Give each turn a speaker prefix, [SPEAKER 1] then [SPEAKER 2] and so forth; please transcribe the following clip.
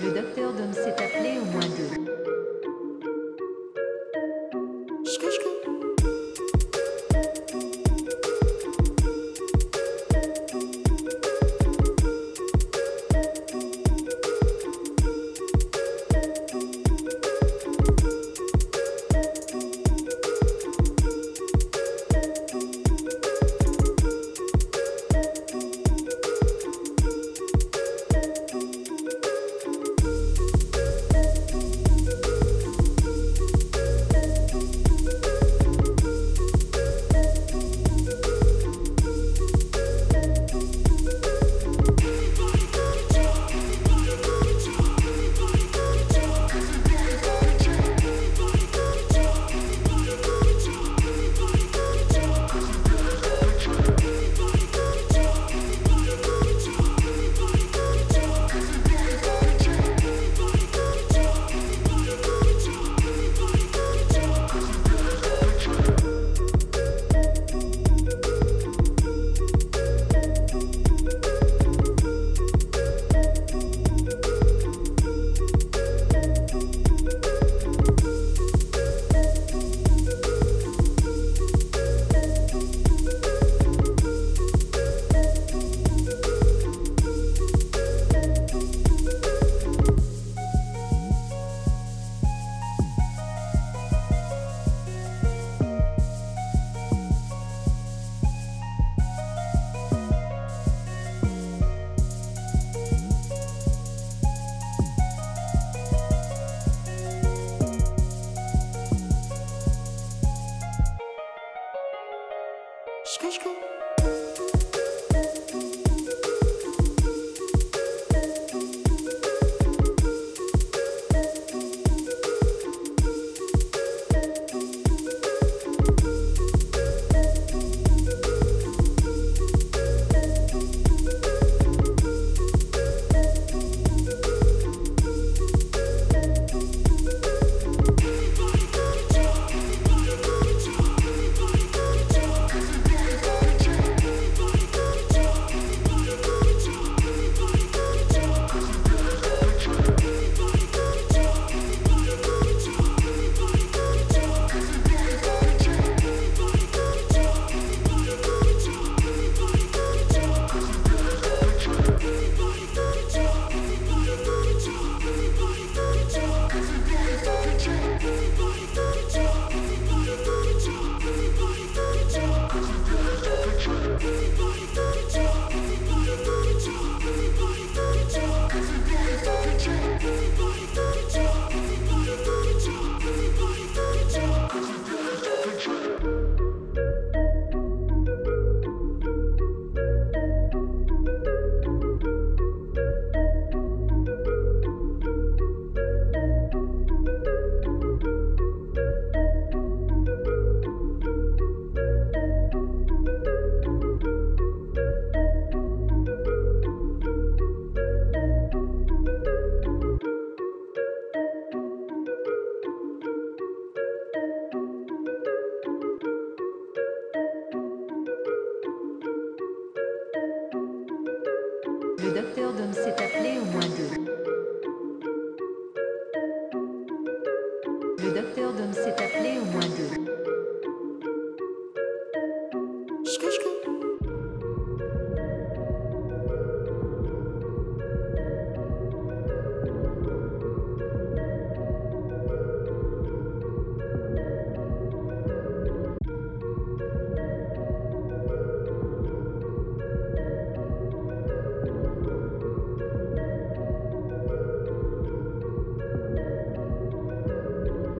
[SPEAKER 1] comme c'est appelé au moins deux. Le docteur Dom s'est appelé au moins deux. Le docteur Dom s'est appelé au moins